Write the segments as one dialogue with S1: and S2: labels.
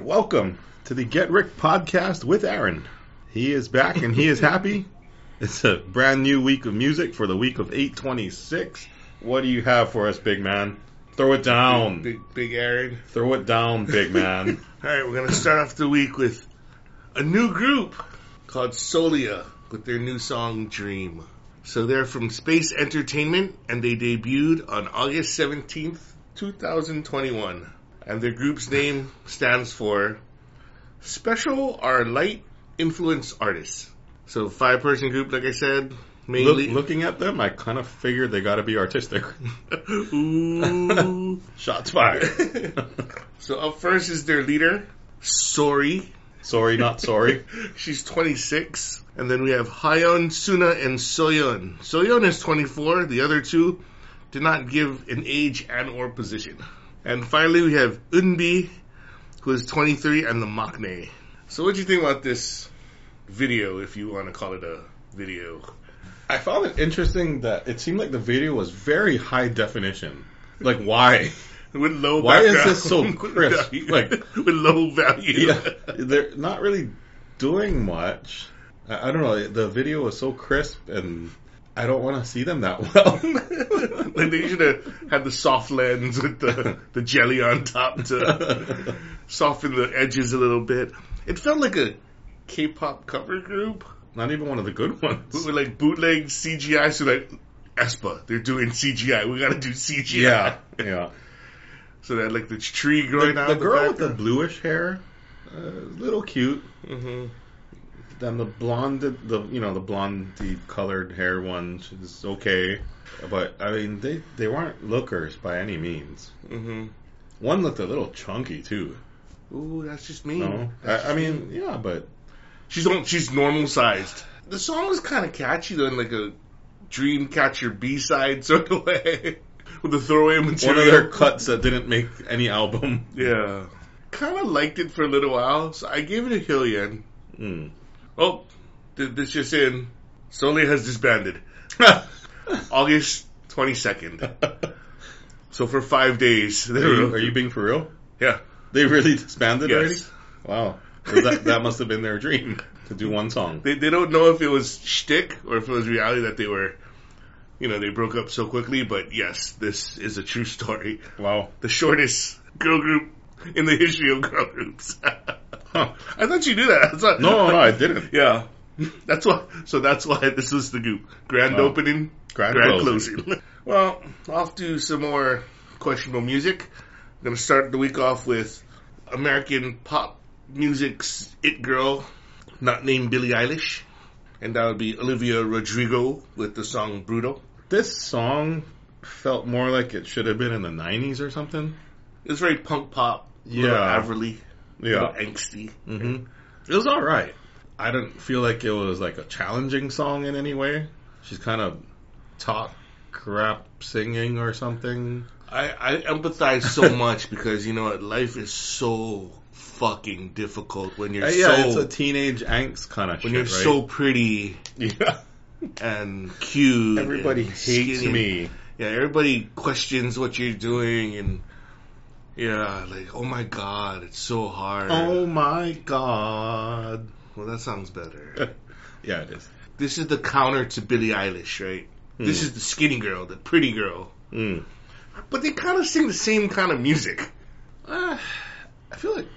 S1: welcome to the Get Rick podcast with Aaron. He is back and he is happy. It's a brand new week of music for the week of 826. What do you have for us, big man? Throw it down.
S2: Big, big Aaron.
S1: Throw it down, big man.
S2: All right, we're going to start off the week with a new group called Solia with their new song Dream. So they're from Space Entertainment and they debuted on August 17th, 2021. And their group's name stands for Special or Light Influence Artists. So five person group, like I said,
S1: Look,
S2: mainly.
S1: looking at them, I kind of figured they got to be artistic.
S2: Ooh.
S1: Shots fired.
S2: so up first is their leader, Sorry.
S1: sorry, not sorry.
S2: She's 26. And then we have Hyon, Suna, and Soyeon. Soyeon is 24. The other two did not give an age and or position. And finally, we have Unbi, who is 23, and the Maknae. So what do you think about this video, if you want to call it a video?
S1: I found it interesting that it seemed like the video was very high definition. Like, why?
S2: With low
S1: Why is
S2: background.
S1: this so crisp? Like-
S2: With low value.
S1: yeah, they're not really doing much. I, I don't know. The video was so crisp, and I don't want to see them that well.
S2: like they should have had the soft lens with the, the jelly on top to soften the edges a little bit. It felt like a K-pop cover group
S1: not even one of the good
S2: with
S1: ones.
S2: with, like bootleg CGI. So like Espa, they're doing CGI. We gotta do CGI.
S1: Yeah, yeah.
S2: So that like the tree
S1: The,
S2: growing out.
S1: the
S2: of
S1: girl with the bluish hair, uh, little cute.
S2: hmm
S1: Then the blonde, the you know the blonde colored hair one is okay, but I mean they they weren't lookers by any means.
S2: hmm
S1: One looked a little chunky too.
S2: Ooh, that's just me.
S1: No,
S2: That's
S1: I, I
S2: just mean.
S1: mean yeah, but
S2: She's on, she's normal sized. The song is kind of catchy though, in like a Dreamcatcher B side sort of way, with the throwaway material.
S1: one of their cuts that didn't make any album.
S2: yeah, kind of liked it for a little while, so I gave it a Hillion.
S1: Mm.
S2: Oh, th- this just in. Sony has disbanded. August twenty second.
S1: are,
S2: So for five days, they
S1: you,
S2: were-
S1: are you being for real?
S2: Yeah.
S1: They really disbanded
S2: yes.
S1: already? Wow. So that, that must have been their dream to do one song.
S2: They they don't know if it was shtick or if it was reality that they were, you know, they broke up so quickly. But yes, this is a true story.
S1: Wow.
S2: the shortest girl group in the history of girl groups. I thought you knew that. That's not,
S1: No, no, I didn't.
S2: Yeah, that's why. So that's why this is the group grand
S1: Oh.
S2: opening,
S1: Grand,
S2: grand
S1: closing.
S2: closing. well, off to some more questionable music. I'm gonna start the week off with American pop music's it girl, not named Billie Eilish, and that would be Olivia Rodrigo with the song "Brutal."
S1: This song felt more like it should have been in the 90s or something.
S2: It's very punk pop, yeah,
S1: Yeah.
S2: little Averly,
S1: Yeah.
S2: little angsty.
S1: hmm It was all right. I didn't feel like it was like a challenging song in any way. She's kind of talk crap singing or something.
S2: I, I empathize so much because you know what life is so fucking difficult when you're
S1: Uh, yeah, it's
S2: so
S1: a teenage angst kind of shit,
S2: when you're
S1: right?
S2: so pretty
S1: yeah.
S2: and cute.
S1: Everybody
S2: and
S1: hates
S2: skinny.
S1: me.
S2: Yeah, everybody questions what you're doing and yeah, like oh my god, it's so hard.
S1: Oh my god.
S2: Well, that sounds better.
S1: Yeah, it is.
S2: this is the counter to Billie Eilish, right? This
S1: Hmm.
S2: is the skinny girl, the pretty girl.
S1: Mm.
S2: But they kind of sing the same kind of music.
S1: Uh, I feel like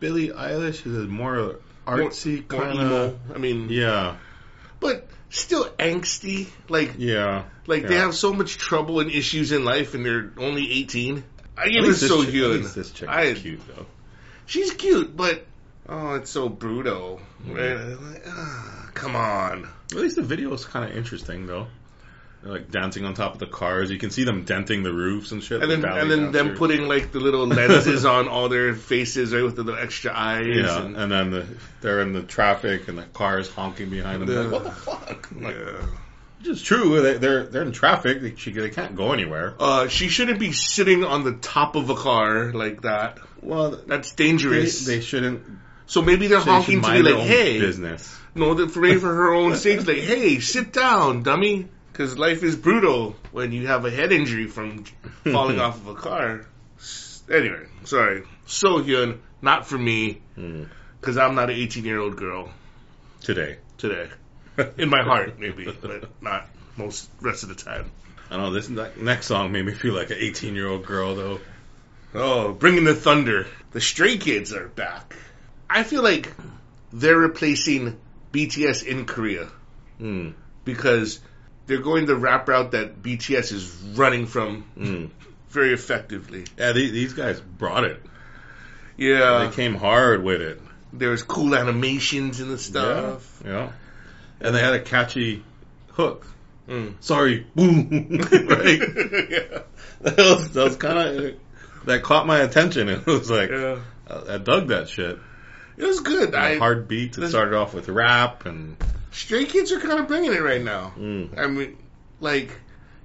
S1: Billie Eilish is a more artsy
S2: More
S1: kind
S2: emo.
S1: of.
S2: I mean,
S1: Yeah,
S2: but still angsty. Like
S1: yeah.
S2: Like they
S1: Yeah.
S2: have so much trouble and issues in life, and they're only eighteen. I
S1: At
S2: give it
S1: least
S2: so
S1: chick- at
S2: good.
S1: least this chick
S2: I-
S1: is cute though.
S2: She's cute, but oh, it's so brutal. Right? Like, ah, come on.
S1: At least the video is kind of interesting though. They're like dancing on top of the cars. You can see them denting the roofs and shit.
S2: And
S1: the
S2: then
S1: ballet
S2: and then them
S1: dancers.
S2: putting like the little lenses on all their faces, right, with the little extra eyes.
S1: Yeah,
S2: and-
S1: and then the, they're in the traffic and the cars honking behind them.
S2: Yeah.
S1: Like, what the fuck? Like,
S2: Yeah.
S1: Which is true. They, they're they're in traffic. They, she, they can't go anywhere.
S2: Uh, she shouldn't be sitting on the top of a car like that.
S1: Well,
S2: That's
S1: they,
S2: dangerous.
S1: they shouldn't.
S2: so maybe they're
S1: They should
S2: honking to be
S1: mind their
S2: like,
S1: own
S2: "Hey,
S1: business."
S2: No, that for, for her own sake, like, hey, sit down, dummy. Because life is brutal when you have a head injury from falling off of a car. Anyway, sorry. So Hyun, Not for me,
S1: Hmm.
S2: because I'm not an 18 year old girl
S1: today.
S2: today. In my heart, maybe, but not most rest of the time.
S1: I don't know. This ne- next song made me feel like an 18 year old girl, though.
S2: Oh, bringing the thunder. The Stray Kids are back. I feel like they're replacing BTS in Korea
S1: Mm,
S2: because they're going the rap route that BTS is running from
S1: mm.
S2: very effectively.
S1: Yeah, these, these guys brought it.
S2: Yeah. Uh,
S1: they came hard with it.
S2: There's cool animations and the stuff.
S1: Yeah, yeah. And they had a catchy hook. Hmm.
S2: Mm.
S1: Sorry, boom. right?
S2: yeah.
S1: That was, that was kind of that caught my attention. It was like
S2: Yeah.
S1: I, I dug that shit.
S2: It was good. I,
S1: Hard beats. It
S2: this-
S1: started off with rap and
S2: Stray Kids are kind of bringing it right now.
S1: mm,
S2: I mean, like,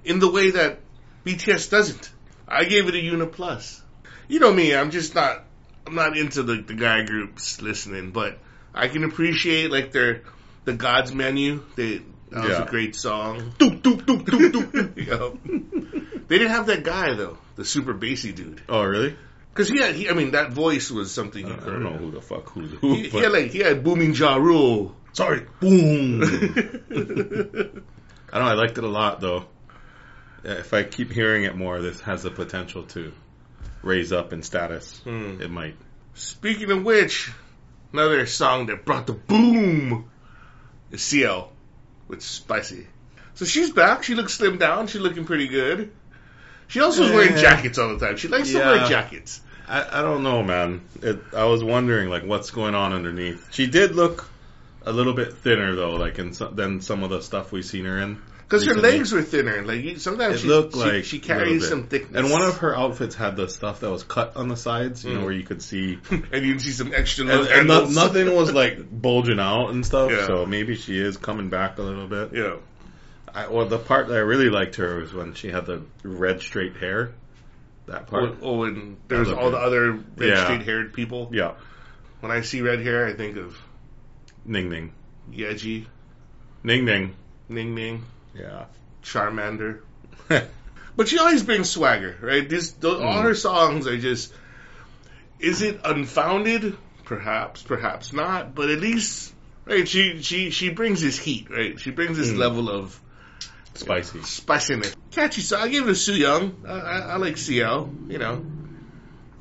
S2: in the way that BTS doesn't. I gave it a unit plus. You know me, I'm just not, I'm not into the, the guy groups listening, but I can appreciate, like, their, the God's Menu. They, that was
S1: Yeah.
S2: a great song.
S1: doop doop doop doop doop.
S2: Yup. They didn't have that guy, though, the super bassy dude.
S1: Oh really?
S2: Cause he had, he, I mean, that voice was something
S1: I
S2: you
S1: don't
S2: heard.
S1: know who the fuck who's who.
S2: He, he
S1: but-
S2: had like, he had booming Ja Rule.
S1: Sorry, boom. I know I liked it a lot though. If I keep hearing it more, this has the potential to raise up in status.
S2: Hmm.
S1: It might.
S2: Speaking of which, another song that brought the boom is CL with Spicy. So she's back. She looks slimmed down. She's looking pretty good. She also is wearing
S1: Yeah.
S2: jackets all the time. She likes to
S1: Yeah.
S2: wear jackets.
S1: I, I don't know, man. It, I was wondering like what's going on underneath. She did look a little bit thinner though, like in some, than some of the stuff we've seen her in.
S2: Because her
S1: Recently.
S2: legs were thinner. Like you- sometimes
S1: It
S2: she,
S1: looked
S2: she-
S1: like
S2: she
S1: a little
S2: carries
S1: bit.
S2: some thickness.
S1: And one of her outfits had the stuff that was cut on the sides, you know,
S2: Mm.
S1: where you could see,
S2: and you can see some extra
S1: and,
S2: little
S1: and no,
S2: angles.
S1: nothing was like bulging out and stuff.
S2: Yeah.
S1: So maybe she is coming back a little bit.
S2: yeah.
S1: I, well, the part that I really liked her was when she had the red straight hair. That part.
S2: Oh, oh, and there's
S1: looked
S2: all
S1: good.
S2: the other red
S1: Yeah.
S2: straight haired people.
S1: Yeah.
S2: When I see red hair, I think of
S1: Ning Ning.
S2: Yeji,
S1: Ning Ning.
S2: Ning Ning,
S1: Yeah.
S2: Charmander. But she always brings swagger, right? This, the, All
S1: Mm.
S2: her songs are just. Is it unfounded? Perhaps, perhaps not. But at least, right? She she she brings this heat, right? She brings this
S1: Mm.
S2: level of
S1: Spicy.
S2: spiciness. Catchy song. I give it a Sue Young. I, I, I like CL. You know,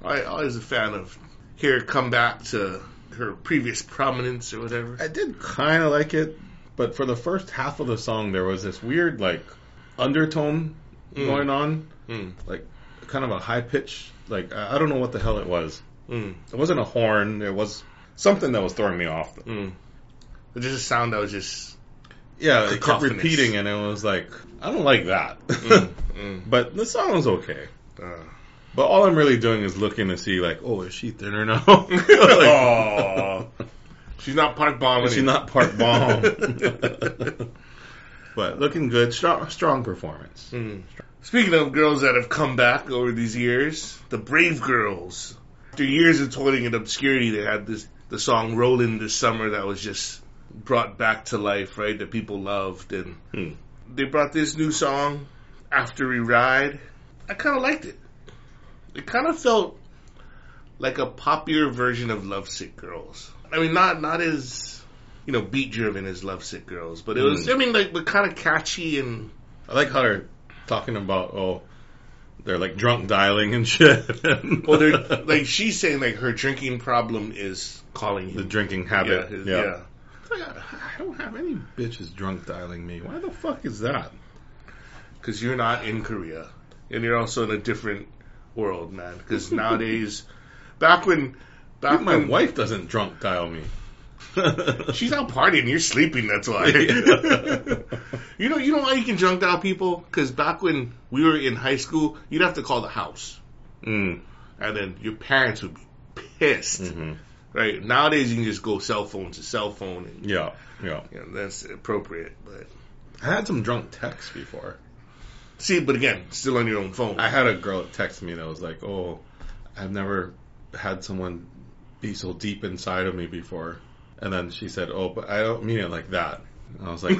S2: I always a fan of hear her come back to her previous prominence or whatever.
S1: I did kind of like it, but for the first half of the song, there was this weird, like, undertone
S2: Mm.
S1: going on.
S2: Mm,
S1: Like, kind of a high pitch. Like, I, I don't know what the hell it was.
S2: mm,
S1: It wasn't a horn. It was something that was throwing me off.
S2: mm. There's just a sound that was just.
S1: Yeah, it kept
S2: Cacophonous.
S1: repeating, and it was like, I don't like that.
S2: Mm, mm,
S1: but the song was okay.
S2: uh.
S1: But all I'm really doing is looking to see, like, oh, is she thinner now? like,
S2: Aw. She's not park bombing.
S1: is she
S2: it.
S1: not part bomb? but looking good, strong, strong performance.
S2: Mm. Speaking of girls that have come back over these years, the Brave Girls. After years of toiling in obscurity, they had this the song "Rolling" this summer that was just brought back to life, right? That people loved, and
S1: Hmm.
S2: they brought this new song "After We Ride." I kind of liked it. It kind of felt like a poppier version of "Lovesick Girls." I mean, not not as you know beat driven as "Lovesick Girls," but it was.
S1: Hmm.
S2: I mean, like but kind of catchy and
S1: I like how they're talking about, oh, they're like drunk dialing and shit.
S2: Well, they're like she's saying like her drinking problem is calling
S1: the
S2: him.
S1: drinking
S2: yeah,
S1: habit.
S2: his-
S1: Yeah.
S2: yeah.
S1: I don't have any bitches drunk dialing me. Why the fuck is that?
S2: Because you're not in Korea, and you're also in a different world, man. Because nowadays, back when, back
S1: My
S2: when
S1: wife doesn't drunk dial me.
S2: she's out partying, you're sleeping. That's why.
S1: Yeah.
S2: you know, you know why you can drunk dial people? Because back when we were in high school, you'd have to call the house,
S1: Mm,
S2: and then your parents would be pissed,
S1: mhm.
S2: right? Nowadays, you can just go cell phone to cell phone, and
S1: Yeah, yeah.
S2: you know, that's appropriate, but.
S1: I had some drunk texts before.
S2: See, but again, still on your own phone.
S1: I had a girl text me that was like, "Oh, I've never had someone be so deep inside of me before." And then she said, "Oh, but I don't mean it like that." And I was like,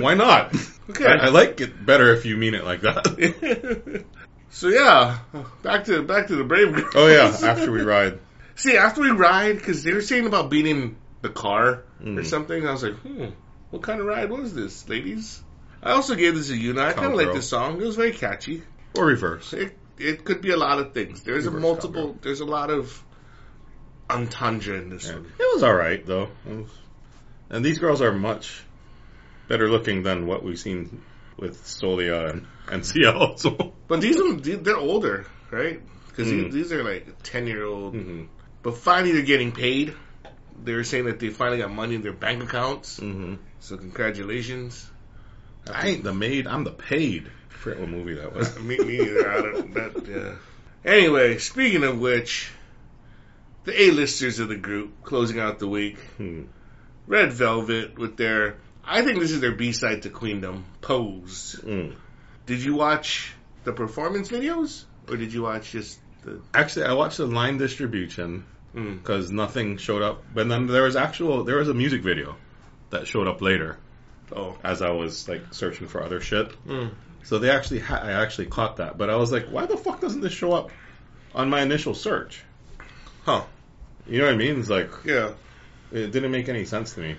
S1: "Why not?
S2: Okay.
S1: I, I like it better if you mean it like that."
S2: so yeah, back to back to the brave girls.
S1: oh yeah, Oh, after we ride,
S2: See, after we ride, because they were saying about being in the car or
S1: Mm.
S2: something, I was like, hmm, what kind of ride was this, ladies? I also gave this a unit. I
S1: Come,
S2: kind of like
S1: girl.
S2: this song. It was very catchy.
S1: Or reverse.
S2: It, it could be a lot of things. There's a
S1: Reverse
S2: multiple.
S1: cowgirl.
S2: There's a lot of entendre in this
S1: Yeah.
S2: one.
S1: It was all right though. It was- And these girls are much better looking than what we've seen with Solia and, and CL. So.
S2: But these ones, they- they're older, right? Because
S1: Mm.
S2: these are like ten year old.
S1: Mhm.
S2: But finally, they're getting paid. They were saying that they finally got money in their bank accounts.
S1: Mhm.
S2: So congratulations.
S1: I ain't the maid. I'm the paid. I forget what movie that was.
S2: me, me either. I don't. That, uh... Anyway, speaking of which, the A-listers of the group closing out the week.
S1: Hmm.
S2: Red Velvet with their, I think this is their B-side to Queendom, Pose.
S1: Mm.
S2: Did you watch the performance videos, or did you watch just the?
S1: Actually, I watched the line distribution
S2: Mm.
S1: because nothing showed up. But then there was actual there was a music video that showed up later
S2: Oh,
S1: as I was like searching for other shit.
S2: Mm.
S1: So they actually ha- I actually caught that, but I was like, why the fuck doesn't this show up on my initial search?
S2: Huh.
S1: You know what I mean? It's like
S2: yeah.
S1: it didn't make any sense to me.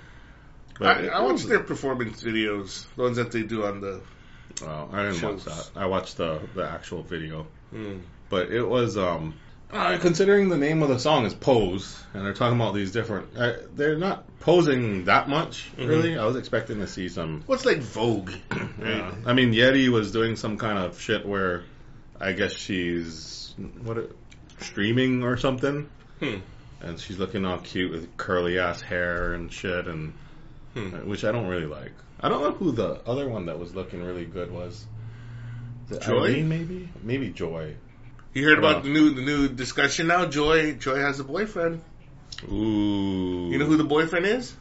S2: I,
S1: it-
S2: I watched their performance videos, the ones that they do on the.
S1: Oh, I didn't
S2: shows.
S1: watch that. I watched the the actual video.
S2: Mm.
S1: but it was um uh, considering the name of the song is pose and they're talking about these different uh, they're not posing that much
S2: Mhm.
S1: really i was expecting to see some
S2: What's like Vogue?
S1: yeah. i mean yeti was doing some kind of shit where i guess she's what it- streaming or something
S2: Hmm.
S1: and she's looking all cute with curly ass hair and shit and uh,
S2: Hmm.
S1: which i don't really like i don't know who the other one that was looking really good was Is it
S2: Joy?
S1: Irene, maybe maybe joy
S2: You heard about
S1: Wow.
S2: the new the new discussion now? Joy Joy has a boyfriend.
S1: ooh
S2: You know who the boyfriend is?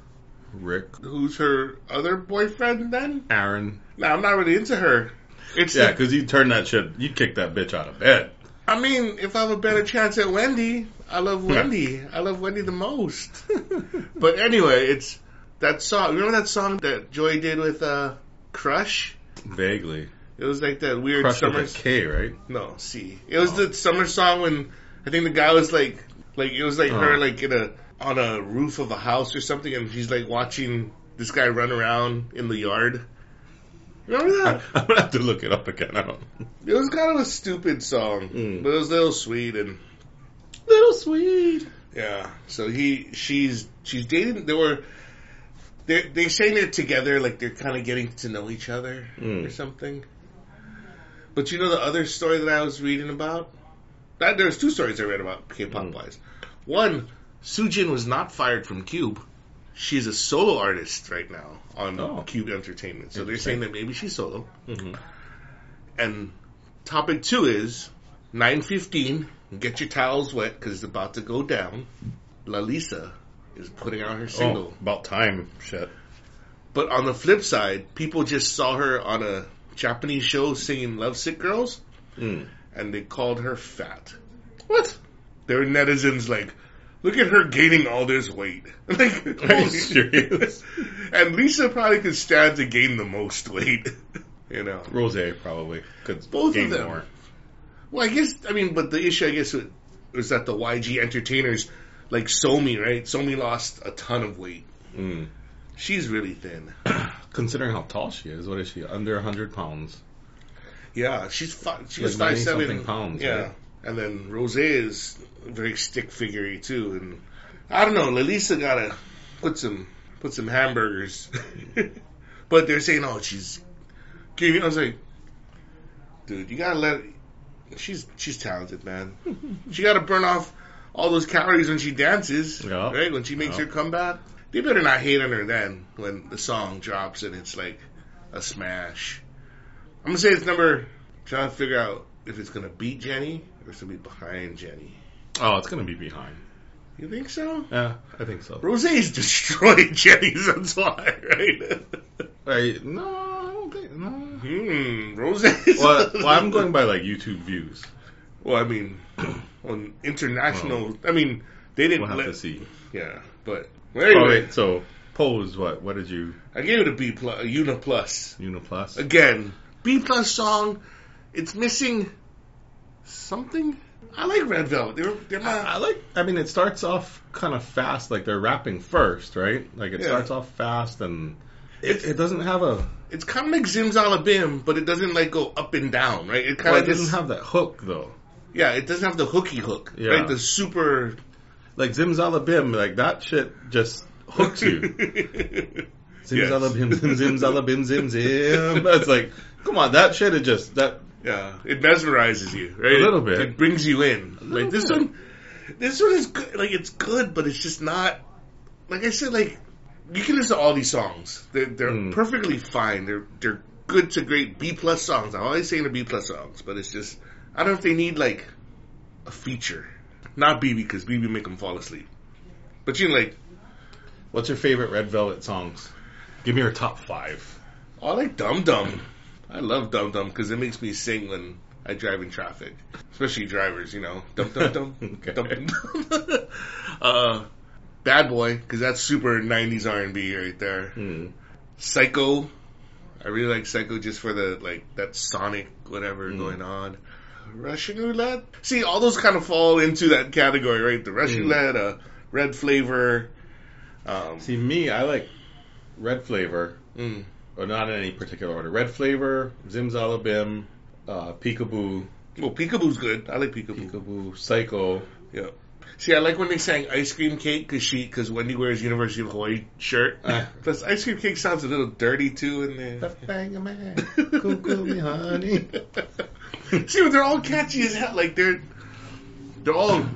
S1: rick
S2: Who's her other boyfriend then?
S1: aaron
S2: No, I'm not really into her. It's
S1: Yeah,
S2: yeah,
S1: because you turn that shit, you kick that bitch out of bed.
S2: I mean, if I have a better chance at Wendy, I love
S1: Hmm.
S2: Wendy. I love Wendy the most. but anyway, it's that song. Remember that song that Joy did with uh, Crush?
S1: Vaguely.
S2: It was like that weird
S1: Crush
S2: summer.
S1: with a K, right?
S2: No, C. It was the summer song when I think the guy was like, like it was like her
S1: Oh.
S2: like in a on a roof of a house or something, and she's like watching this guy run around in the yard. Remember
S1: I'm
S2: that?
S1: gonna have to look it up again. I don't.
S2: it was kind of a stupid song,
S1: Mm.
S2: but it was a little sweet and
S1: Little sweet.
S2: yeah. So he, she's, she's dating. They were. They're, they're saying they're together, like they're kind of getting to know each other
S1: Mm.
S2: or something. But you know the other story that I was reading about? That there's two stories I read about K-pop
S1: Mm.
S2: wise. One, Sujin was not fired from Cube. She's a solo artist right now on
S1: Oh.
S2: Cube Entertainment. So they're
S1: Interesting.
S2: saying that maybe she's solo.
S1: Mm-hmm.
S2: And topic two is 9:15. Get your towels wet because it's about to go down. Lalisa is putting out her single.
S1: Oh, about time. Shit.
S2: But on the flip side, people just saw her on a Japanese show singing "Lovesick Girls,"
S1: Mm.
S2: and they called her fat. What? There were netizens like, look at her gaining all this weight. Like,
S1: Are you serious?
S2: and Lisa probably could stand to gain the most weight. you know.
S1: Rose probably could
S2: Both of
S1: gain
S2: them.
S1: more.
S2: Well, I guess I mean, but the issue I guess with- was that the YG entertainers, like Somi, right? Somi lost a ton of weight.
S1: Mm.
S2: She's really thin.
S1: Considering how tall she is, what is she? Under 100 pounds.
S2: Yeah, she's five. She was
S1: Like
S2: five seven
S1: 90-something pounds,
S2: Yeah,
S1: right?
S2: and then Rose is very stick figurey too. And I don't know, Lalisa gotta put some put some hamburgers. but they're saying, oh, she's. gaining I was like, dude, you gotta let. She's she's talented, man.
S1: Oh,
S2: she gotta burn off all those calories when she dances,
S1: Yeah.
S2: right? When she makes
S1: Yeah.
S2: her comeback, they better not hate on her then when the song drops and it's like a smash. I'm gonna say it's number. Trying to figure out if it's gonna beat Jenny or it's gonna be behind Jenny.
S1: Oh, it's gonna be behind.
S2: You think so?
S1: Yeah, I think so.
S2: Rose's destroyed Jenny's. That's why, right?
S1: Right? No, I don't think. No.
S2: Hmm. Rose's.
S1: Well, well, I'm going by like YouTube views.
S2: Well, I mean, on international. I mean, they didn't
S1: We'll have
S2: let.
S1: to see.
S2: Yeah, but well,
S1: Oh
S2: anyway,
S1: wait, so pose what? What did you?
S2: I gave it a B plus, a Una plus.
S1: Uniplus.
S2: Again, B plus song. It's missing something. I like Red Velvet. They're they're my
S1: I like. I mean, it starts off kind of fast, like they're rapping first, right? Like it
S2: Yeah.
S1: starts off fast, and it,
S2: It's-
S1: it doesn't have a.
S2: it's kind of like Zimzalabim, but it doesn't like go up and down, right? It kind
S1: Well, it
S2: of
S1: doesn't
S2: doesn't have
S1: have that hook though.
S2: yeah, it doesn't have the hooky hook,
S1: Yeah.
S2: right? The super
S1: Like Zimzalabim, like that shit just hooks you. Zimzalabim, zim, zimzalabim, zim, zim. It's like, come on, that shit is just that.
S2: Yeah, it mesmerizes you, right?
S1: A little bit.
S2: It, brings you in.
S1: little
S2: Like this
S1: bit.
S2: one, this one is good. Like it's good, but it's just not. Like I said, like you can listen to all these songs. They're, they're
S1: Mm.
S2: perfectly fine. They're they're good to great B plus songs. I'm always saying the B plus songs, but it's just I don't know if they need like a feature. Not BB because BB make them fall asleep. But you know, like
S1: What's your favorite Red Velvet songs? Give me your top five.
S2: Oh, I like Dum Dum. I love Dum Dum because it makes me sing when I drive in traffic, especially drivers. You know, Dum Dum Dum
S1: Okay.
S2: Dum Dum. uh, Bad Boy because that's super '90s R&B right there.
S1: Hmm.
S2: Psycho. I really like Psycho just for the like that sonic whatever
S1: Mm.
S2: going on. Russian roulette. See, all those kind of fall into that category, right? The Russian
S1: Mm.
S2: roulette, uh, red flavor. Um,
S1: See me, I like Red Flavor,
S2: mm,
S1: or not in any particular order. Red Flavor, Zimzalabim, uh, Peekaboo,
S2: well, Peekaboo's good. I like Peekaboo.
S1: Peekaboo, Psycho.
S2: See, I like when they sang ice cream cake because she because Wendy wears University of Hawaii shirt.
S1: Uh.
S2: Plus, ice cream cake sounds a little dirty too in
S1: The
S2: there.
S1: fang of man, cuckoo me honey.
S2: See, but they're all catchy as hell. Like they're they're all.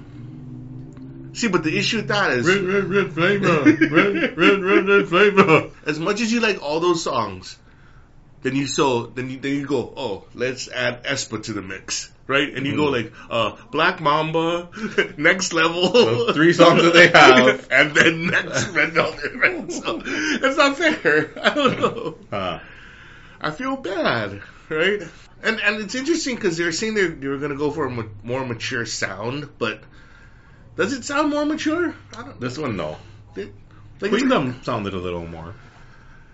S2: See, but the issue with that is
S1: Red, red, red flavor. Red, red, red, red flavor.
S2: as much as you like all those songs, then you so then you then you go, oh, let's add Espa to the mix, right? And you go
S1: Mhm.
S2: like uh, Black Mamba, Next Level,
S1: Those three songs that they have.
S2: and then next Red Velvet. Right? So it's not fair. I don't know.
S1: Uh,
S2: I feel bad, right? And and it's interesting because they're saying they they were going to go for a ma- more mature sound, but does it sound more mature? I don't.
S1: this one, no.
S2: Like it's-
S1: Queendom sounded a little more.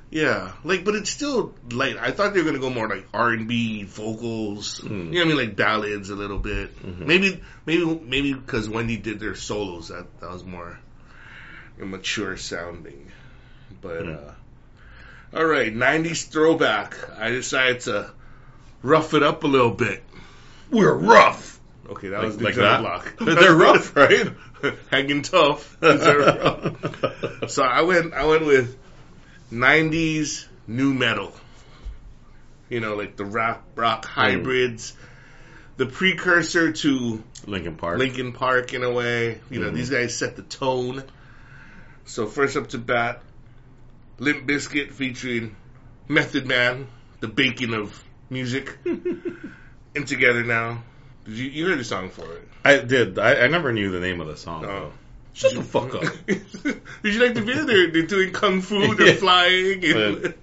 S2: Yeah, like, but it's still light. I thought they were gonna go more like R and B vocals.
S1: Mm.
S2: You know what I mean, like ballads a little bit.
S1: Mhm.
S2: Maybe, maybe, maybe because Wendy did their solos, that that was more mature sounding. But
S1: Mm.
S2: uh all right, '90s throwback. I decided to rough it up a little bit.
S1: We're rough.
S2: Okay, that
S1: Like-
S2: was the
S1: like
S2: Joe
S1: that?
S2: block.
S1: They're rough, right?
S2: Hanging tough. They're rough. So I went I went with '90s new metal. You know, like the rap rock
S1: Mm.
S2: hybrids, the precursor to
S1: Lincoln Park.
S2: Linkin Park in a way. You know,
S1: Mhm.
S2: these guys set the tone. So first up to bat, Limp Bizkit featuring Method Man, the baking of music, and together now. Did you you heard the song for it?
S1: I did. I, I never knew the name of the song.
S2: Oh.
S1: Shut the fuck up.
S2: Did you like the video? They're, they're doing kung fu, they're
S1: Yeah.
S2: flying. And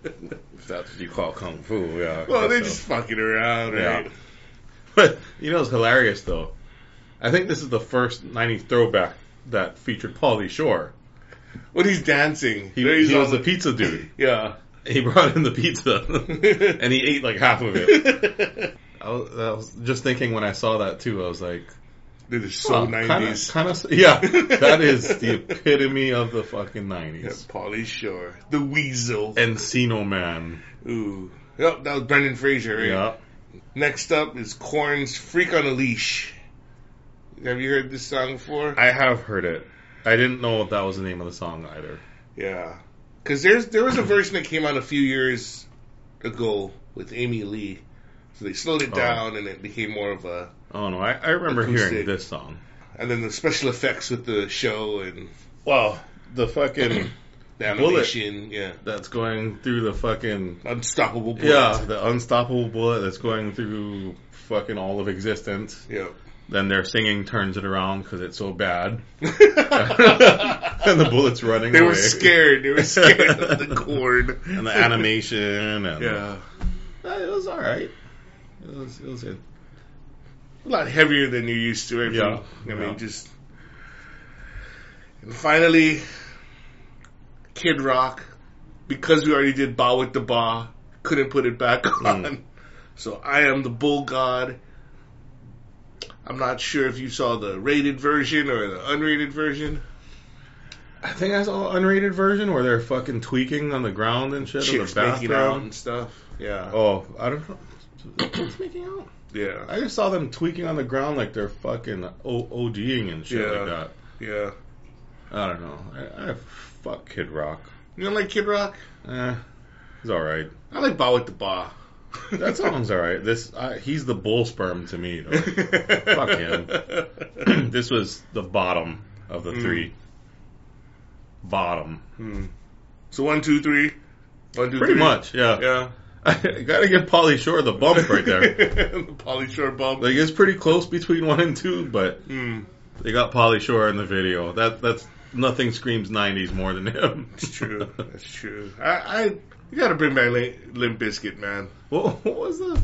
S1: If That's what you call kung fu. Yeah. I
S2: well,
S1: guess
S2: they're
S1: so.
S2: just fucking around, right?
S1: Yeah. But you know, it's hilarious though. I think this is the first '90s throwback that featured Paulie Shore.
S2: When he's dancing,
S1: He,
S2: there he's
S1: he was a
S2: all-
S1: pizza dude.
S2: yeah.
S1: He brought in the pizza, and he ate like half of it.
S2: Dude,
S1: I was, I was just thinking when I saw that too. I was like,
S2: it's so nineties.
S1: Kind of, yeah. That is the epitome of the fucking '90s.
S2: Polly Shore, the Weasel.
S1: Encino Man.
S2: Ooh, yep, that was Brendan Fraser. Right?
S1: Yeah.
S2: Next up is Korn's "Freak on a Leash." Have you heard this song before?
S1: I have heard it. I didn't know that was the name of the song either.
S2: Yeah, because there's there was a version that came out a few years ago with Amy Lee, so they slowed it
S1: Oh.
S2: down and it became more of a.
S1: Oh no, I, I remember hearing
S2: Acoustic.
S1: this song.
S2: And then the special effects with the show and
S1: Well, the fucking
S2: the
S1: Bullet.
S2: animation, yeah,
S1: that's going through the fucking
S2: unstoppable. Bullet.
S1: yeah, the unstoppable bullet that's going through fucking all of existence.
S2: yeah.
S1: Then their singing turns it around because it's so bad, and the bullet's running.
S2: They
S1: away.
S2: were scared. They were scared of the cord
S1: and the animation, and
S2: Yeah,
S1: Uh, it was all right. It was, it was good.
S2: a lot heavier than you're used to. Right?
S1: Yeah,
S2: I mean,
S1: yeah.
S2: just. And finally, Kid Rock, because we already did Ba with the Ba,
S1: Mm.
S2: couldn't put it back on. So I am the Bull God. I'm not sure if you saw the rated version or the unrated version.
S1: I think I saw an unrated version where they're fucking tweaking on the ground and shit in the
S2: Chicks making out
S1: bathroom.
S2: and stuff. Yeah.
S1: Oh, I don't know. Chicks making out.
S2: Yeah.
S1: I just saw them tweaking on the ground like they're fucking o- ODing and shit
S2: Yeah.
S1: like that.
S2: Yeah.
S1: I don't know. I, I fuck Kid Rock.
S2: You don't like Kid Rock?
S1: Eh, he's all right.
S2: I like Ba with the Ba.
S1: That song's all right. This I, he's the bull sperm to me. Though.
S2: Fuck
S1: him. this was the bottom of the
S2: Mm.
S1: three. Bottom,
S2: hmm. So one, two, three. One, two,
S1: pretty
S2: three.
S1: much. Yeah,
S2: Yeah.
S1: I gotta give Polly Shore the bump right there.
S2: the Polly Shore bump.
S1: like it's pretty close between one and two, but
S2: Hmm.
S1: they got Polly Shore in the video. That that's nothing screams '90s more than him.
S2: It's true. That's true. I, I you gotta bring back Lim- Limp Biscuit, man.
S1: What, what was the?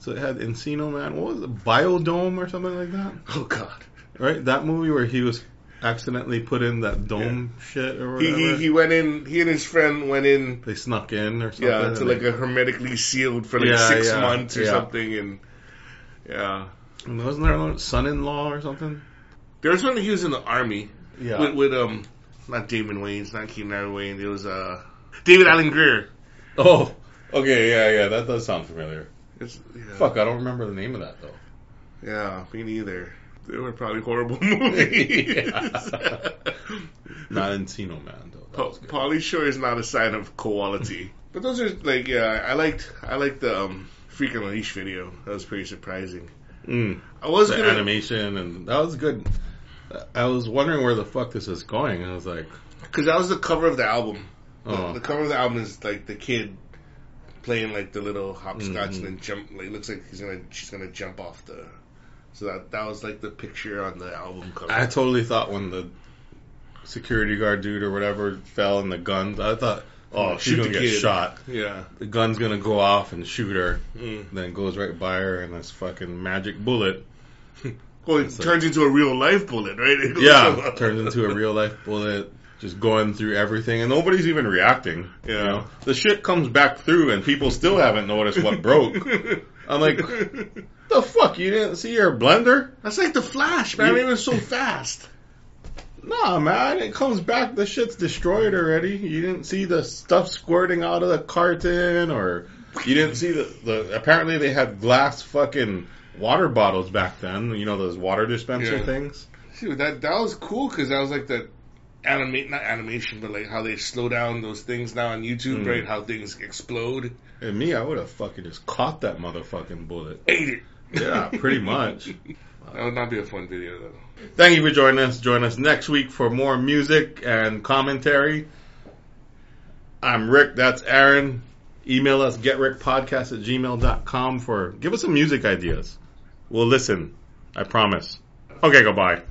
S1: So it had Encino Man. What was it? Biodome or something like that?
S2: Oh God.
S1: Right? That movie where he was accidentally put in that dome shit or
S2: He,
S1: whatever.
S2: he he went in. He and his friend went in.
S1: they snuck in or something.
S2: Yeah, to
S1: and
S2: like
S1: they-
S2: a hermetically sealed for like
S1: Yeah,
S2: six
S1: yeah,
S2: months or
S1: yeah.
S2: something, and yeah.
S1: and wasn't there a son-in-law or something?
S2: There was one that he was in the army
S1: Yeah.
S2: with, with um, not Damon Wayans, not Keenan Wayne. It was uh, David Allen Greer.
S1: oh, okay, yeah, yeah. That does sound familiar.
S2: It's, yeah,
S1: Fuck, I don't remember the name of that though.
S2: Yeah, me neither. They were probably horrible movies.
S1: Yeah. Not Encino Man though. That
S2: Pa-
S1: was good.
S2: Pauly Shore is not a sign of quality. but those are like, yeah, I liked, I liked the um, Freak Unleashed video. That was pretty surprising.
S1: Mm,
S2: I was
S1: the
S2: gonna,
S1: animation and that was good. I was wondering where the fuck this is going, and I was like,
S2: because that was the cover of the album.
S1: oh,
S2: The cover of the album is like the kid playing like the little hopscotch
S1: Mhm.
S2: and then jump. Like looks like he's gonna, she's gonna jump off the. So that that was like the picture on the album cover.
S1: I totally thought when the security guard dude or whatever fell in the gun, I thought, oh, she's
S2: Shoot
S1: gonna
S2: the
S1: get
S2: kid.
S1: shot.
S2: yeah.
S1: The gun's gonna go off and shoot her.
S2: Mm.
S1: Then it goes right by her, and this fucking magic bullet,
S2: Well, it
S1: It's like-
S2: turns into a real life bullet, right? It goes
S1: yeah,
S2: up.
S1: turns into a real life bullet, just going through everything, and nobody's even reacting.
S2: Yeah.
S1: You know, the shit comes back through, and people still haven't noticed what broke. I'm like, the fuck? You didn't see your blender?
S2: That's like the Flash, man.
S1: You-
S2: It was so fast.
S1: Nah, man, it comes back. The shit's destroyed already. You didn't see the stuff squirting out of the carton, or you didn't see the. the apparently, they had glass fucking water bottles back then. You know those water dispenser
S2: Yeah.
S1: things.
S2: Dude, that that was cool because that was like the animate, not animation, but like how they slow down those things now on YouTube,
S1: Mm.
S2: right? How things explode.
S1: And me, I would have fucking just caught that motherfucking bullet.
S2: Ate it.
S1: Yeah, pretty much.
S2: that would not be a fun video though.
S1: Thank you for joining us. Join us next week for more music and commentary. I'm Rick. That's Aaron. Email us getrickpodcast at gmail.com for give us some music ideas. We'll listen. I promise. Okay, goodbye.